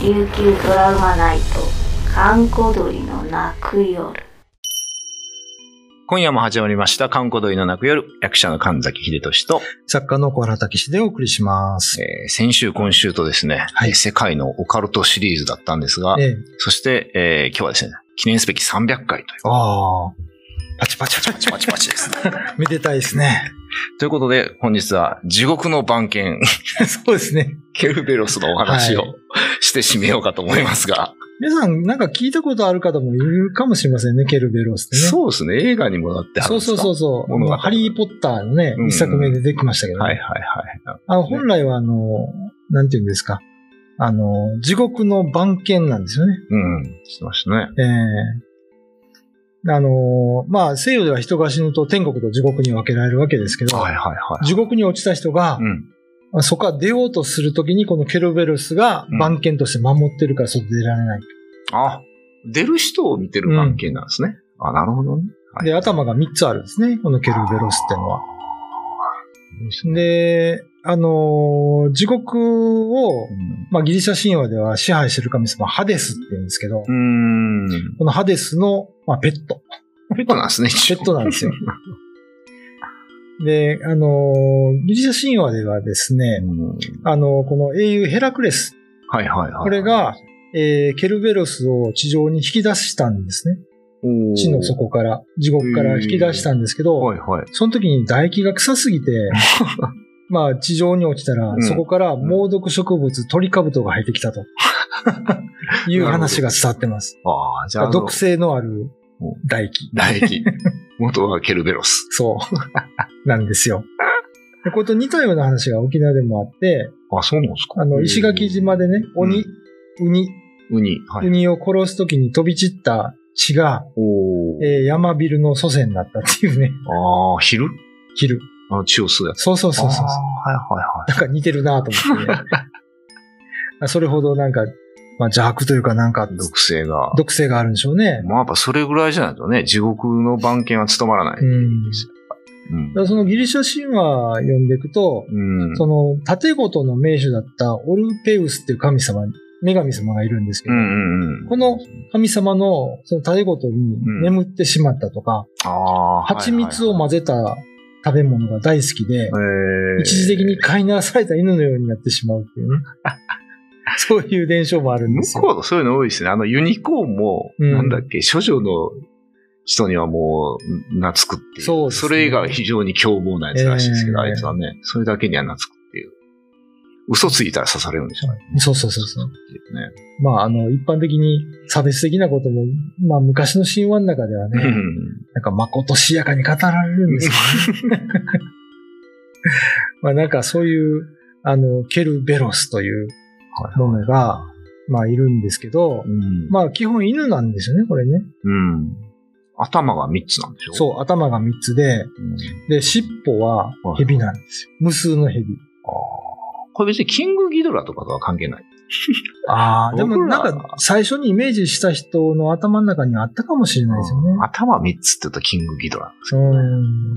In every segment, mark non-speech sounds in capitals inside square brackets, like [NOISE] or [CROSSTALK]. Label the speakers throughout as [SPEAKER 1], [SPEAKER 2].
[SPEAKER 1] 琉球ドラマナイト閑古鳥の泣く夜
[SPEAKER 2] 今夜も始まりました、観光鳥の泣く夜、役者の神崎秀俊と、
[SPEAKER 3] 作家の小原武史でお送りします。
[SPEAKER 2] えー先週、今週とですね、
[SPEAKER 3] はい
[SPEAKER 2] 世界のオカルトシリーズだったんですが、
[SPEAKER 3] ええ、
[SPEAKER 2] そして、えー今日はですね、記念すべき300回という、
[SPEAKER 3] ああ、パチパチパチパ
[SPEAKER 2] パチ
[SPEAKER 3] チ
[SPEAKER 2] パチ
[SPEAKER 3] [LAUGHS]
[SPEAKER 2] です。
[SPEAKER 3] めでたいですね。 [LAUGHS]
[SPEAKER 2] ということで、本日は地獄の番犬、 [LAUGHS]
[SPEAKER 3] そうですね。
[SPEAKER 2] ケルベロスのお話を、
[SPEAKER 3] はい
[SPEAKER 2] して締めようかと思いますが、
[SPEAKER 3] 皆さん、なんか聞いたことある方もいるかもしれませんね、ケルベロスってね。
[SPEAKER 2] そうですね、映画にもなってはるん
[SPEAKER 3] そ
[SPEAKER 2] です
[SPEAKER 3] うそ
[SPEAKER 2] か
[SPEAKER 3] うそうそう。
[SPEAKER 2] 物語
[SPEAKER 3] ハリー・ポッターのね
[SPEAKER 2] うんう、ん
[SPEAKER 3] 一作目でできましたけどね、
[SPEAKER 2] はいはいはい。
[SPEAKER 3] あの本来は、あの、なんていうんですか。あの、地獄の番犬なんですよね。
[SPEAKER 2] うん、してましたね。
[SPEAKER 3] ええあの、まあ、西洋では人が死ぬと天国と地獄に分けられるわけですけど、
[SPEAKER 2] はいはいはい。
[SPEAKER 3] 地獄に落ちた人が、
[SPEAKER 2] うん。
[SPEAKER 3] まあそこから出ようとするときに、このケルベロスが
[SPEAKER 2] うん
[SPEAKER 3] 番犬として守ってるから外出られない。
[SPEAKER 2] あ、出る人を見てる番犬なんですね。あ、なるほどね。はい
[SPEAKER 3] で、頭が3つあるんですね、このケルベロスってのは。で、あのー地獄を、
[SPEAKER 2] う
[SPEAKER 3] まあ、ギリシャ神話では支配してる神様、ハデスって言うんですけど、
[SPEAKER 2] ん。うーん。
[SPEAKER 3] このハデスの、まあ、ペット。
[SPEAKER 2] ペットなんですね、
[SPEAKER 3] ペットなんですよ。で、あのーギリシャ神話ではですね、
[SPEAKER 2] うん
[SPEAKER 3] あのーこの英雄ヘラクレス、
[SPEAKER 2] はいはいはい。
[SPEAKER 3] これが、えーケルベロスを地上に引き出したんですね。
[SPEAKER 2] おー、
[SPEAKER 3] 地の底から、地獄から引き出したんですけど、
[SPEAKER 2] はいはい。
[SPEAKER 3] その時に唾液が臭すぎ
[SPEAKER 2] [LAUGHS]
[SPEAKER 3] て、まあ地上に落ちたら、
[SPEAKER 2] うん
[SPEAKER 3] そこから猛毒植物、トリカブトが入ってき
[SPEAKER 2] [LAUGHS]
[SPEAKER 3] たと。いう話が伝わってます。
[SPEAKER 2] ああ、じゃああの、
[SPEAKER 3] 毒性のある唾液。
[SPEAKER 2] 唾液。元はケルベロス。
[SPEAKER 3] そう。 [LAUGHS] なんですよ。でこれと似たような話が沖縄でもあって、
[SPEAKER 2] あ、そうなんですか
[SPEAKER 3] あの、石垣島でね、鬼、ウニ、
[SPEAKER 2] ウニ。はい。
[SPEAKER 3] ウニを殺す時に飛び散った血が、
[SPEAKER 2] おー
[SPEAKER 3] えー山ビルの祖先だったっていうね、
[SPEAKER 2] ああ、昼
[SPEAKER 3] 昼。
[SPEAKER 2] あの、血を吸うやつ。
[SPEAKER 3] そうそうそうそう
[SPEAKER 2] あ
[SPEAKER 3] そう
[SPEAKER 2] ー。はいはい
[SPEAKER 3] なんか似てるなと思
[SPEAKER 2] [LAUGHS]
[SPEAKER 3] って、ね、あそれほどなんか、まあ、邪悪というかなんか
[SPEAKER 2] はい。毒性が。
[SPEAKER 3] 毒性があるんでしょうね。
[SPEAKER 2] まあやっぱそれぐらいじゃないとね、地獄の番犬は務まらな
[SPEAKER 3] う
[SPEAKER 2] い。
[SPEAKER 3] ん、だ
[SPEAKER 2] うん
[SPEAKER 3] からそのギリシャ神話読んでいくと、
[SPEAKER 2] うん。
[SPEAKER 3] その盾ごとの名手だったオルペウスっていう神様、女神様がいるんですけ
[SPEAKER 2] う
[SPEAKER 3] ど、
[SPEAKER 2] んうんうん。
[SPEAKER 3] この神様のその盾ごとに眠ってしまったとか、
[SPEAKER 2] ああ。
[SPEAKER 3] 蜂蜜を混
[SPEAKER 2] ぜ
[SPEAKER 3] ぜた食べ物が大好きで、一時的に飼いならされた犬のようになってしまうっ
[SPEAKER 2] [LAUGHS]
[SPEAKER 3] ていうね。そういう伝承もあるんで
[SPEAKER 2] 向
[SPEAKER 3] すよ。
[SPEAKER 2] こうのそういうの多いですね。あの、ユニコーンも、
[SPEAKER 3] うん
[SPEAKER 2] なんだっけ、処女の人にはもう、懐くっていう。
[SPEAKER 3] そうですね
[SPEAKER 2] れ以外は非常に凶暴なやつらしいですけど、
[SPEAKER 3] ええ
[SPEAKER 2] あいつはね、それだけには懐くっていう。嘘ついたら刺されるんでしょうね。
[SPEAKER 3] そうそうそうそう。
[SPEAKER 2] ね
[SPEAKER 3] まあ、あの、一般的に差別的なことも、まあ、昔の神話の中では
[SPEAKER 2] う
[SPEAKER 3] ね、
[SPEAKER 2] ん
[SPEAKER 3] なんか、まことしやかに語られるんですよね。 [LAUGHS] まあ、なんか、そういう、あの、ケルベロスというものが、まあ、いるんですけど、
[SPEAKER 2] うん。
[SPEAKER 3] まあ、基本犬なんですよね、これね。
[SPEAKER 2] うん。頭が3つなんでしょう。
[SPEAKER 3] そう、頭が3つで、
[SPEAKER 2] うん
[SPEAKER 3] で、尻尾は蛇なんですよ。無数の
[SPEAKER 2] あ
[SPEAKER 3] 蛇。
[SPEAKER 2] ーこれ別にキングギドラとかとは関係ない。
[SPEAKER 3] ああ、でも
[SPEAKER 2] 僕ら
[SPEAKER 3] なんか、最初にイメージした人の頭の中にはあったかもしれないですよね。
[SPEAKER 2] 頭3つって言うとキングギドラなんですけ
[SPEAKER 3] う
[SPEAKER 2] どね。
[SPEAKER 3] ん。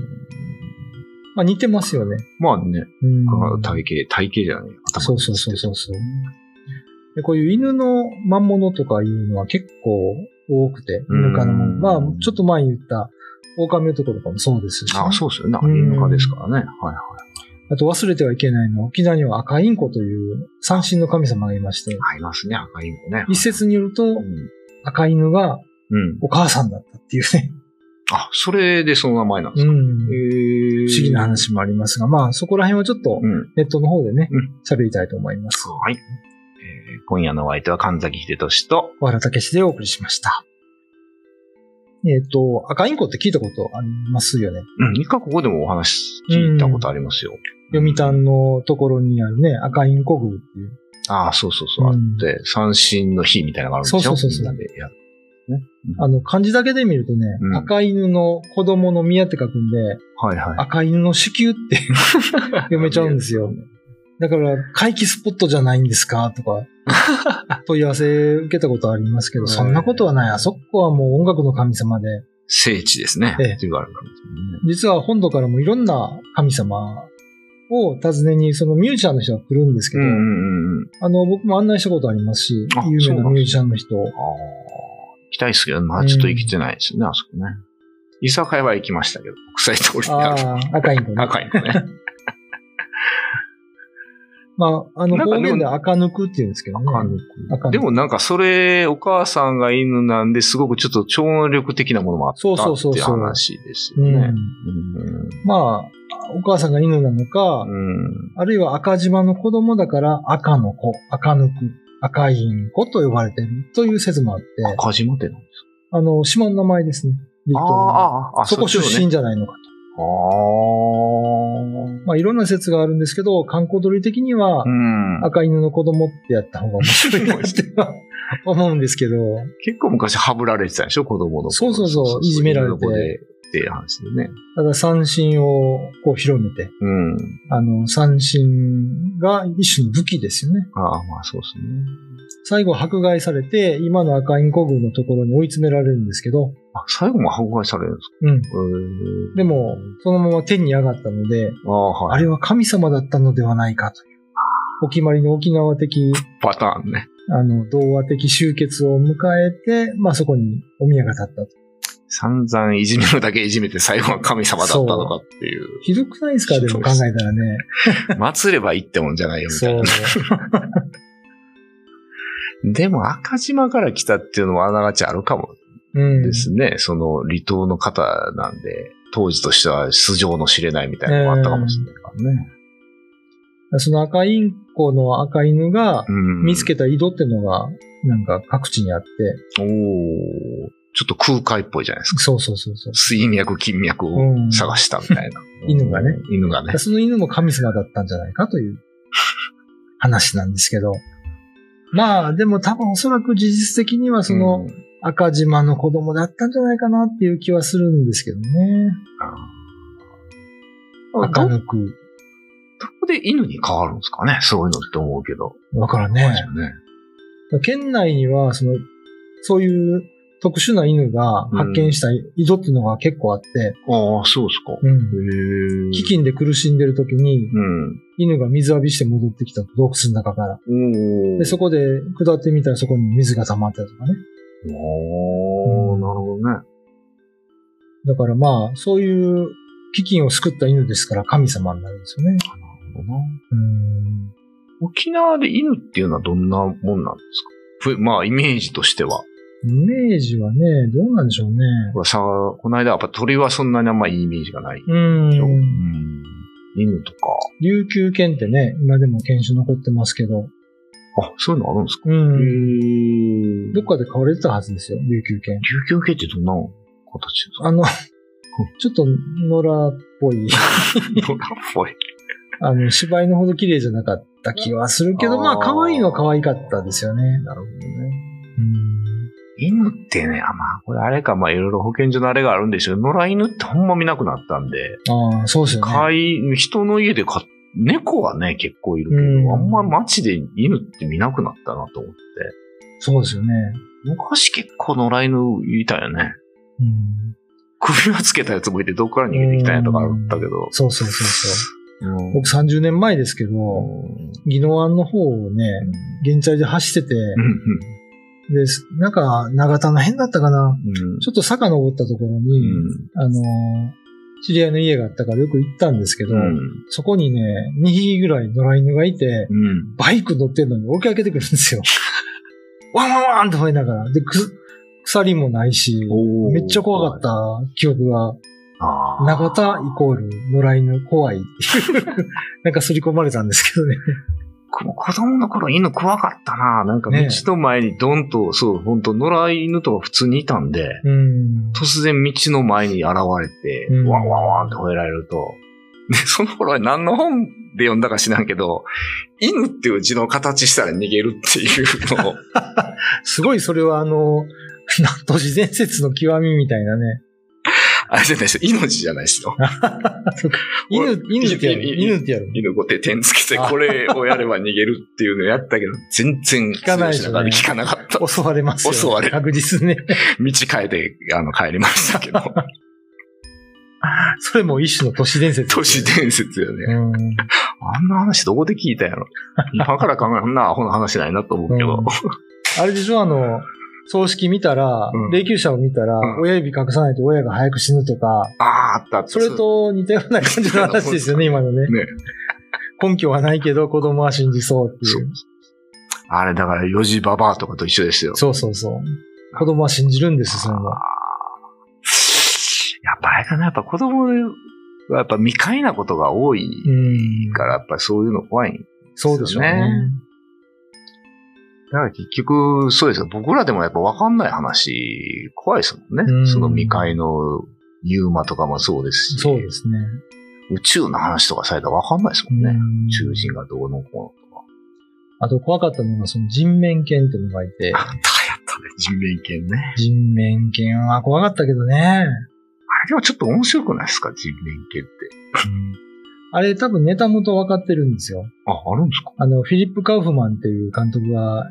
[SPEAKER 3] まあ似てますよね。
[SPEAKER 2] まあね、
[SPEAKER 3] うん
[SPEAKER 2] 体型、体型じゃない。頭
[SPEAKER 3] そうそうそうそうそう。でこういう犬の魔物とかいうのは結構多くて、
[SPEAKER 2] うん
[SPEAKER 3] 犬科のもの。まあ、ちょっと前に言った狼男とかもそうですし、
[SPEAKER 2] ああ、そうですよね。インカですからね。はいはい。
[SPEAKER 3] あと忘れてはいけないのは、沖縄には赤インコという三神の神様がいまして、
[SPEAKER 2] 合いますね、赤いもね。
[SPEAKER 3] 一説によると
[SPEAKER 2] うん。
[SPEAKER 3] 赤犬が
[SPEAKER 2] うん。
[SPEAKER 3] お母さんだったっていうね、
[SPEAKER 2] あ、それでその名前なんですか。
[SPEAKER 3] うん
[SPEAKER 2] へえ
[SPEAKER 3] [LAUGHS] 不思議な。話もありますが、まあそこら辺はちょっと
[SPEAKER 2] うん。
[SPEAKER 3] ネットの方でね
[SPEAKER 2] うん、
[SPEAKER 3] 喋、りたいと思います。
[SPEAKER 2] はい。えー今夜のお相手は神崎秀俊と、
[SPEAKER 3] 小原武史でお送りしました。えっ、と、赤インコって聞いたことありますよね。
[SPEAKER 2] うん。一回ここでもお話聞いたことありますよ。
[SPEAKER 3] 読谷のところにあるね、赤インコ宮っていう。
[SPEAKER 2] ああ、そうそうそう。あって、三振の日みたいなのがあるんでしょ
[SPEAKER 3] そうそうそうそう
[SPEAKER 2] みんなでやる。
[SPEAKER 3] あの、漢字だけで見るとね、
[SPEAKER 2] うん
[SPEAKER 3] 赤犬の子供の宮って書くんで、
[SPEAKER 2] はいは
[SPEAKER 3] 赤犬の子宮って読めちゃうんですよ。だから、回帰スポットじゃないんですかとか、問い合わせ受けたことありますけど、そんなことはない。あそこはもう音楽の神様で、
[SPEAKER 2] い。聖地ですね。
[SPEAKER 3] ええ
[SPEAKER 2] っていうのがあるんです
[SPEAKER 3] 実は本土からもいろんな神様を訪ねに、そのミュージシャンの人が来るんですけ
[SPEAKER 2] も
[SPEAKER 3] ど、
[SPEAKER 2] んね。うんうんうん。
[SPEAKER 3] あの、僕も案内したことありますし
[SPEAKER 2] あ、
[SPEAKER 3] 有名
[SPEAKER 2] そうな
[SPEAKER 3] なんミュ
[SPEAKER 2] で
[SPEAKER 3] ージシャンの人。
[SPEAKER 2] ああ、行きたいですけど、まあちょっと行きてないですよね、あそこね。居酒屋は行きましたけど、国際通りにある。
[SPEAKER 3] ああ、赤いんだね。
[SPEAKER 2] 赤いのね。
[SPEAKER 3] まあ、あの、
[SPEAKER 2] なんかでも
[SPEAKER 3] 方言で赤抜くって言うんですけどね。
[SPEAKER 2] 赤抜
[SPEAKER 3] 赤抜く
[SPEAKER 2] でもなんかそれ、お母さんが犬なんで、すごくちょっと超能力的なものもあった
[SPEAKER 3] そうそう
[SPEAKER 2] っ
[SPEAKER 3] そう
[SPEAKER 2] ていう
[SPEAKER 3] そう
[SPEAKER 2] 話ですよ
[SPEAKER 3] う
[SPEAKER 2] ね
[SPEAKER 3] ん。。まあ、お母さんが犬なのか、
[SPEAKER 2] うんうん
[SPEAKER 3] あるいは赤島の子供だから赤の子、赤抜く、赤いん子と呼ばれてるという説もあって、
[SPEAKER 2] 赤島ってなんです
[SPEAKER 3] あの、島の名前ですね。離
[SPEAKER 2] か
[SPEAKER 3] 島
[SPEAKER 2] あ
[SPEAKER 3] の
[SPEAKER 2] あ、ああ、
[SPEAKER 3] そこ出
[SPEAKER 2] っちのね。
[SPEAKER 3] 身じゃないのか
[SPEAKER 2] ああ。
[SPEAKER 3] と。まあ、いろんな説があるんですけど、観光鳥的には
[SPEAKER 2] う、ん。
[SPEAKER 3] 赤犬の子供ってやった方が面白いなっては [LAUGHS] 思うんですけど、
[SPEAKER 2] 結構昔はぶられてたでしょ、子供の頃。
[SPEAKER 3] そうそうそういじめられて
[SPEAKER 2] 犬の子でっていう話でね。
[SPEAKER 3] ただ三振をこう広めて、
[SPEAKER 2] うん。
[SPEAKER 3] あの、三振が一種の武器ですよね。
[SPEAKER 2] ああ、まあそうですね。
[SPEAKER 3] 最後迫害されて、今の赤インコ軍のところに追い詰められるんですけど、
[SPEAKER 2] あ、最後も迫害されるんです
[SPEAKER 3] うん。
[SPEAKER 2] かへえ
[SPEAKER 3] でも、そのまま天に上がったので、
[SPEAKER 2] ああ、はい。
[SPEAKER 3] あれは神様だったのではないかという、お決まりの沖縄的、
[SPEAKER 2] パターンね。
[SPEAKER 3] あの、童話的終結を迎えて、まあそこにお宮が立ったと。
[SPEAKER 2] 散々いじめるだけいじめて最後は神様だったのかっていう。
[SPEAKER 3] ひどくないですかでも考えたらね。
[SPEAKER 2] [LAUGHS] 祭ればいいってもんじゃないよみたい
[SPEAKER 3] そう
[SPEAKER 2] な。。でも赤島から来たっていうのはあながちあるかも
[SPEAKER 3] うん。
[SPEAKER 2] ですね。その離島の方なんで、当時としては素性の知れないみたいなのもあったかもしれないからね。
[SPEAKER 3] その赤インコの赤犬が
[SPEAKER 2] うん。
[SPEAKER 3] 見つけた井戸ってのが、なんか各地にあって、
[SPEAKER 2] おーちょっと空海っぽいじゃないですか。
[SPEAKER 3] そうそうそうそう。
[SPEAKER 2] 水脈、金脈を
[SPEAKER 3] うん
[SPEAKER 2] 探したみたいな。
[SPEAKER 3] 犬がね。
[SPEAKER 2] 犬がね。
[SPEAKER 3] その犬も神様だったんじゃないかという話なんですけど。まあ、でも多分おそらく事実的にはその
[SPEAKER 2] うん
[SPEAKER 3] 赤島の子供だったんじゃないかなっていう気はするんですけどね。
[SPEAKER 2] あ
[SPEAKER 3] 赤
[SPEAKER 2] どど
[SPEAKER 3] 抜く。
[SPEAKER 2] こで犬に変わるんですかねそういうのって思うけど。
[SPEAKER 3] わからん
[SPEAKER 2] そうです
[SPEAKER 3] ね。
[SPEAKER 2] よね。
[SPEAKER 3] 県内には、その、そういう特殊な犬が発見した井戸っていうのが結構あって、
[SPEAKER 2] ああ、そうですか。
[SPEAKER 3] うん
[SPEAKER 2] へえ。
[SPEAKER 3] 飢饉で苦しんでる時に
[SPEAKER 2] うん。
[SPEAKER 3] 犬が水浴びして戻ってきたと洞窟の中から。
[SPEAKER 2] お
[SPEAKER 3] で、そ
[SPEAKER 2] こ。
[SPEAKER 3] こで下ってみたらそこに水が溜まってたとかね。
[SPEAKER 2] おーなるほどね。
[SPEAKER 3] だからまあ、そういう飢饉を救った犬ですから神様になるんですよ
[SPEAKER 2] な
[SPEAKER 3] ね。
[SPEAKER 2] るほどな
[SPEAKER 3] うん。
[SPEAKER 2] 沖縄で犬っていうのはどんなもんなんですかふまあ、イメージとしては。
[SPEAKER 3] イメージはね、どうなんでしょうね。
[SPEAKER 2] これさ、この間やっぱ鳥はそんなにあんまいいイメージがない。
[SPEAKER 3] う。
[SPEAKER 2] うんん犬とか。
[SPEAKER 3] 琉球犬ってね、今でも犬種残ってますけど、
[SPEAKER 2] あ、そういうのあるんですか
[SPEAKER 3] うん。
[SPEAKER 2] へ
[SPEAKER 3] どっかで飼われてたはずですよ、琉球犬。
[SPEAKER 2] 琉球系ってどんな形ですか [LAUGHS]
[SPEAKER 3] あの、 [LAUGHS] ちょっと野良っぽい、
[SPEAKER 2] 野
[SPEAKER 3] [LAUGHS]
[SPEAKER 2] 良っぽい。
[SPEAKER 3] あの、芝居のほど綺麗じゃなかった気はするけど、まあ、
[SPEAKER 2] あー
[SPEAKER 3] 可愛いのは可愛かったですよね。
[SPEAKER 2] なるほどね。
[SPEAKER 3] うん。
[SPEAKER 2] 犬ってね、あ、まあ、これあれか、まあ、いろいろ保健所のあれがあるんでしょうけど野良犬ってほんま見なくなったんで、
[SPEAKER 3] ああ、そうですよね。
[SPEAKER 2] 飼い、人の家で飼っ猫はね、結構いるけど、
[SPEAKER 3] うん
[SPEAKER 2] あんま街で犬って見なくなったなと思って。
[SPEAKER 3] そうですよね。
[SPEAKER 2] 昔結構野良犬いたよね。
[SPEAKER 3] うん。
[SPEAKER 2] 首輪つけたやつもいて、どっから逃げてきたんやとかあったけど。
[SPEAKER 3] そうそうそう
[SPEAKER 2] [LAUGHS]
[SPEAKER 3] そ
[SPEAKER 2] う
[SPEAKER 3] う。
[SPEAKER 2] ん
[SPEAKER 3] 僕30年前ですけど、宜野湾の方をね、現在で走ってて、
[SPEAKER 2] うんうん
[SPEAKER 3] で、なんか、長田の辺だったかな。
[SPEAKER 2] うん
[SPEAKER 3] ちょっと坂登ったところに、
[SPEAKER 2] う
[SPEAKER 3] あのー、知り合いの家があったからよく行ったんですけど、
[SPEAKER 2] ん
[SPEAKER 3] そこにね、2匹ぐらい野良犬がいて、
[SPEAKER 2] うん
[SPEAKER 3] バイク乗ってんのに追いかけてくるんで
[SPEAKER 2] [LAUGHS]
[SPEAKER 3] すよ。ワンワンワンって吠えながら。で、く、鎖もないし、
[SPEAKER 2] おー
[SPEAKER 3] めっちゃ怖かった記憶が、
[SPEAKER 2] あー
[SPEAKER 3] 長田イコール野良犬怖いっていう、 [LAUGHS] なんか刷り込まれたんです
[SPEAKER 2] [LAUGHS]
[SPEAKER 3] けどね。
[SPEAKER 2] 僕も子供の頃犬怖かったな。なんか道
[SPEAKER 3] ねえ
[SPEAKER 2] の前にドンと、そう、本当野良犬とか普通にいたんで、
[SPEAKER 3] うん。
[SPEAKER 2] 突然道の前に現れて、
[SPEAKER 3] うん
[SPEAKER 2] ワンワンワンって吠えられると、で、その頃は何の本で読んだか知らんけど、犬っていう字の形したら逃げるっていう
[SPEAKER 3] [LAUGHS]
[SPEAKER 2] のを、
[SPEAKER 3] すごいそれはあの、 [LAUGHS] なん都市伝説の極みみたいなね。
[SPEAKER 2] あれじゃないですよ、命じゃない
[SPEAKER 3] [LAUGHS]
[SPEAKER 2] ですよ。
[SPEAKER 3] そうか犬、犬ってやる。
[SPEAKER 2] いいいい
[SPEAKER 3] 犬ってやる。
[SPEAKER 2] 犬ごて点つけて、
[SPEAKER 3] あ
[SPEAKER 2] これをやれば逃げるっていうのをやったけど、全然
[SPEAKER 3] 聞かないです
[SPEAKER 2] 通
[SPEAKER 3] よね
[SPEAKER 2] 用しなかった聞かなかった。道
[SPEAKER 3] 襲われますよ、
[SPEAKER 2] 襲われる
[SPEAKER 3] 確実ね。
[SPEAKER 2] 変えて、あの、帰りましたけど。
[SPEAKER 3] [LAUGHS] それも一種の都市伝説、
[SPEAKER 2] 都市伝説よね。
[SPEAKER 3] うん。
[SPEAKER 2] あんな話どこで聞いたん
[SPEAKER 3] [LAUGHS]
[SPEAKER 2] やろ。今から考えたら、そんなアホな話ないなと思うけ
[SPEAKER 3] う
[SPEAKER 2] ど
[SPEAKER 3] ん。 [LAUGHS] あれでしょ、あの、葬式見たら、
[SPEAKER 2] うん
[SPEAKER 3] 霊柩車を見たら、
[SPEAKER 2] うん
[SPEAKER 3] 親指隠さないと親が早く死ぬとか、
[SPEAKER 2] ああ、あったあった。
[SPEAKER 3] それと似たような感じの話ですよね、今のね。
[SPEAKER 2] ね。
[SPEAKER 3] 根拠はないけど、子供は信じそうって
[SPEAKER 2] そ
[SPEAKER 3] いうう。
[SPEAKER 2] あれだから、四時ババアとかと一緒ですよ。
[SPEAKER 3] そうそうそう。子供は信じるんです、それは。
[SPEAKER 2] やっぱあれかな、やっぱ子供はやっぱ未開なことが多い
[SPEAKER 3] うん。
[SPEAKER 2] から、やっぱりそういうの怖い。
[SPEAKER 3] そうでしょうね。
[SPEAKER 2] だから結局、そうですよ。僕らでもやっぱ分かんない話、怖いですもんね。
[SPEAKER 3] うん
[SPEAKER 2] その未開のユーマとかもそうですし、
[SPEAKER 3] そうですね。
[SPEAKER 2] 宇宙の話とかされたら分かんないですもんね。
[SPEAKER 3] うん
[SPEAKER 2] 宇宙人がどうのこうのとか。
[SPEAKER 3] あと怖かったのが、その人面犬っていうのがいて、
[SPEAKER 2] あったやったね、人面犬ね。
[SPEAKER 3] 人面犬は怖かったけどね。
[SPEAKER 2] あれでもちょっと面白くないですか、人面犬って。
[SPEAKER 3] あれ多分ネタ元分かってるんですよ。
[SPEAKER 2] あ、あるんですか
[SPEAKER 3] あの、フィリップ・カウフマンっていう監督が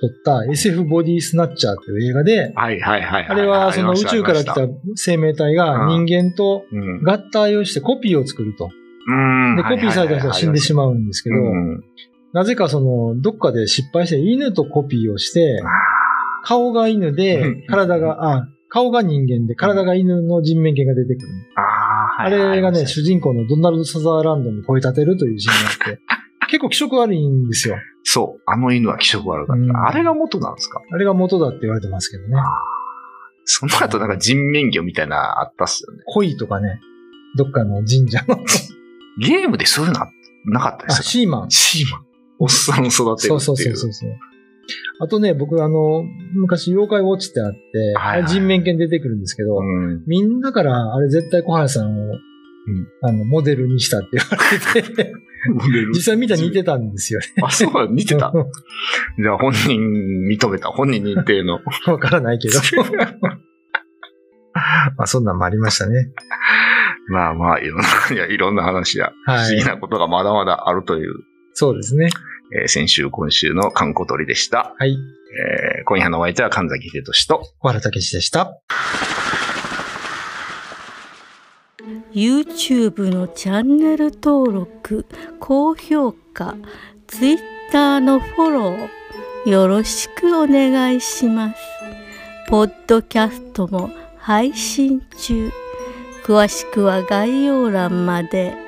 [SPEAKER 3] 撮った SF ボディスナッチャーっていう映画で、
[SPEAKER 2] はいはいはいいい。
[SPEAKER 3] あれはその
[SPEAKER 2] あ
[SPEAKER 3] 宇
[SPEAKER 2] りました
[SPEAKER 3] 宙から来
[SPEAKER 2] あ
[SPEAKER 3] た
[SPEAKER 2] りまし
[SPEAKER 3] 生命体が
[SPEAKER 2] う
[SPEAKER 3] 人
[SPEAKER 2] ん
[SPEAKER 3] 間と
[SPEAKER 2] うん。
[SPEAKER 3] 合体をしてコピーを作ると。
[SPEAKER 2] うん
[SPEAKER 3] で、コピーされた人は死んでし
[SPEAKER 2] ま
[SPEAKER 3] まうんですけど、
[SPEAKER 2] うん。
[SPEAKER 3] なぜかその、どっかで失敗して犬とコピーをして、顔が犬
[SPEAKER 2] う
[SPEAKER 3] で
[SPEAKER 2] ん、
[SPEAKER 3] 体が、あ、顔が人間で、体が犬の人面犬が出てくる。
[SPEAKER 2] ああ、
[SPEAKER 3] あ
[SPEAKER 2] はいはい
[SPEAKER 3] れが
[SPEAKER 2] あり
[SPEAKER 3] ね、
[SPEAKER 2] ました
[SPEAKER 3] 主人公のドナルド・サザーランドに声立てるというシーン
[SPEAKER 2] [LAUGHS]
[SPEAKER 3] があって、結構気色悪いんですよ。
[SPEAKER 2] そう、あの犬は気色悪かっ
[SPEAKER 3] うん
[SPEAKER 2] た。あれが元なんですか
[SPEAKER 3] あれが元だって言われてますけどね。
[SPEAKER 2] その後なんか人面魚みたいなあったっすよね。
[SPEAKER 3] 恋とかね、どっかの神社
[SPEAKER 2] [LAUGHS]
[SPEAKER 3] の、
[SPEAKER 2] ゲームでそういうのあなかった
[SPEAKER 3] あ、
[SPEAKER 2] ですよ。
[SPEAKER 3] シーマン。
[SPEAKER 2] シーマン。おっさんを育てるってい。
[SPEAKER 3] そううそうそうそうそう。あとね、僕あの、昔妖怪ウォッチってあって、
[SPEAKER 2] はいはい
[SPEAKER 3] あれ人面犬出てくるんですけど、
[SPEAKER 2] うん。
[SPEAKER 3] みんなから、あれ絶対小原さんを、あの、モデルにしたって言われて
[SPEAKER 2] [LAUGHS]
[SPEAKER 3] て、
[SPEAKER 2] モデル
[SPEAKER 3] 実際見たら似てたんですよね。
[SPEAKER 2] [LAUGHS] あ、そう、似てた。じゃあ本人認めた。本人認定の。
[SPEAKER 3] [LAUGHS] わからな
[SPEAKER 2] [LAUGHS]
[SPEAKER 3] いけど。まあ、そんなんもありましたね。
[SPEAKER 2] まあまあ、いろんな、いや、いろんな話や、不
[SPEAKER 3] は
[SPEAKER 2] 思
[SPEAKER 3] い
[SPEAKER 2] 議。なことがまだまだあるという、
[SPEAKER 3] そうですね。
[SPEAKER 2] えー先週、今週の観光鳥でした。
[SPEAKER 3] はい。
[SPEAKER 2] えー今夜のお相手は神崎秀俊と、
[SPEAKER 3] 小原武史でした。
[SPEAKER 4] YouTube のチャンネル登録高評価 Twitter のフォローよろしくお願いしますポッドキャストも配信中詳しくは概要欄まで。